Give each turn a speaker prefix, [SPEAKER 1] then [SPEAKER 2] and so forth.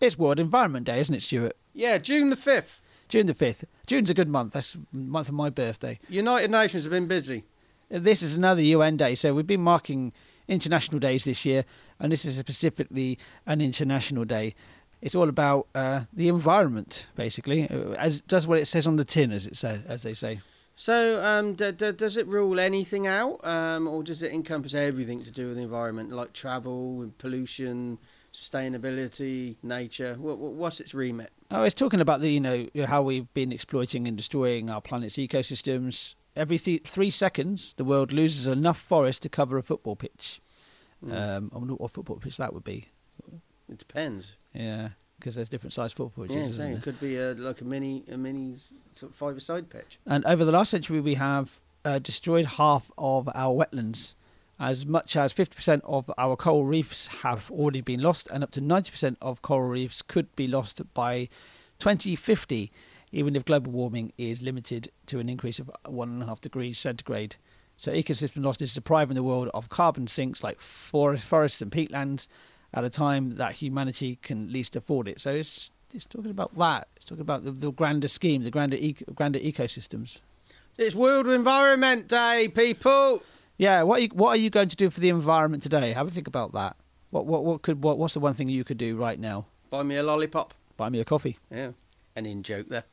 [SPEAKER 1] It's World Environment Day, isn't it, Stuart?
[SPEAKER 2] Yeah, June the 5th.
[SPEAKER 1] June the 5th. June's a good month. That's the month of my birthday.
[SPEAKER 2] United Nations have been busy.
[SPEAKER 1] This is another UN day, so we've been marking international days this year, and this is specifically an international day. It's all about uh, the environment, basically, uh, as does what it says on the tin, as it says, as they say.
[SPEAKER 2] So, um, d- d- does it rule anything out, um, or does it encompass everything to do with the environment, like travel, pollution, sustainability, nature? What, what's its remit?
[SPEAKER 1] Oh, it's talking about the you know how we've been exploiting and destroying our planet's ecosystems. Every th- three seconds, the world loses enough forest to cover a football pitch.
[SPEAKER 2] Mm.
[SPEAKER 1] Um, I wonder what football pitch that would be.
[SPEAKER 2] Hmm. It depends.
[SPEAKER 1] Yeah, because there's different sized football
[SPEAKER 2] yeah,
[SPEAKER 1] pitches,
[SPEAKER 2] so
[SPEAKER 1] isn't there?
[SPEAKER 2] it could be a, like a mini, a mini sort of five-a-side pitch.
[SPEAKER 1] And over the last century, we have uh, destroyed half of our wetlands. As much as 50% of our coral reefs have already been lost, and up to 90% of coral reefs could be lost by 2050, even if global warming is limited to an increase of 1.5 degrees centigrade. So, ecosystem loss is depriving the world of carbon sinks like forest, forests and peatlands at a time that humanity can least afford it. So, it's, it's talking about that. It's talking about the, the grander scheme, the grander, eco, grander ecosystems.
[SPEAKER 2] It's World Environment Day, people.
[SPEAKER 1] Yeah, what are you, what are you going to do for the environment today? Have a think about that. What what what could what what's the one thing you could do right now?
[SPEAKER 2] Buy me a lollipop.
[SPEAKER 1] Buy me a coffee.
[SPEAKER 2] Yeah, an in joke there.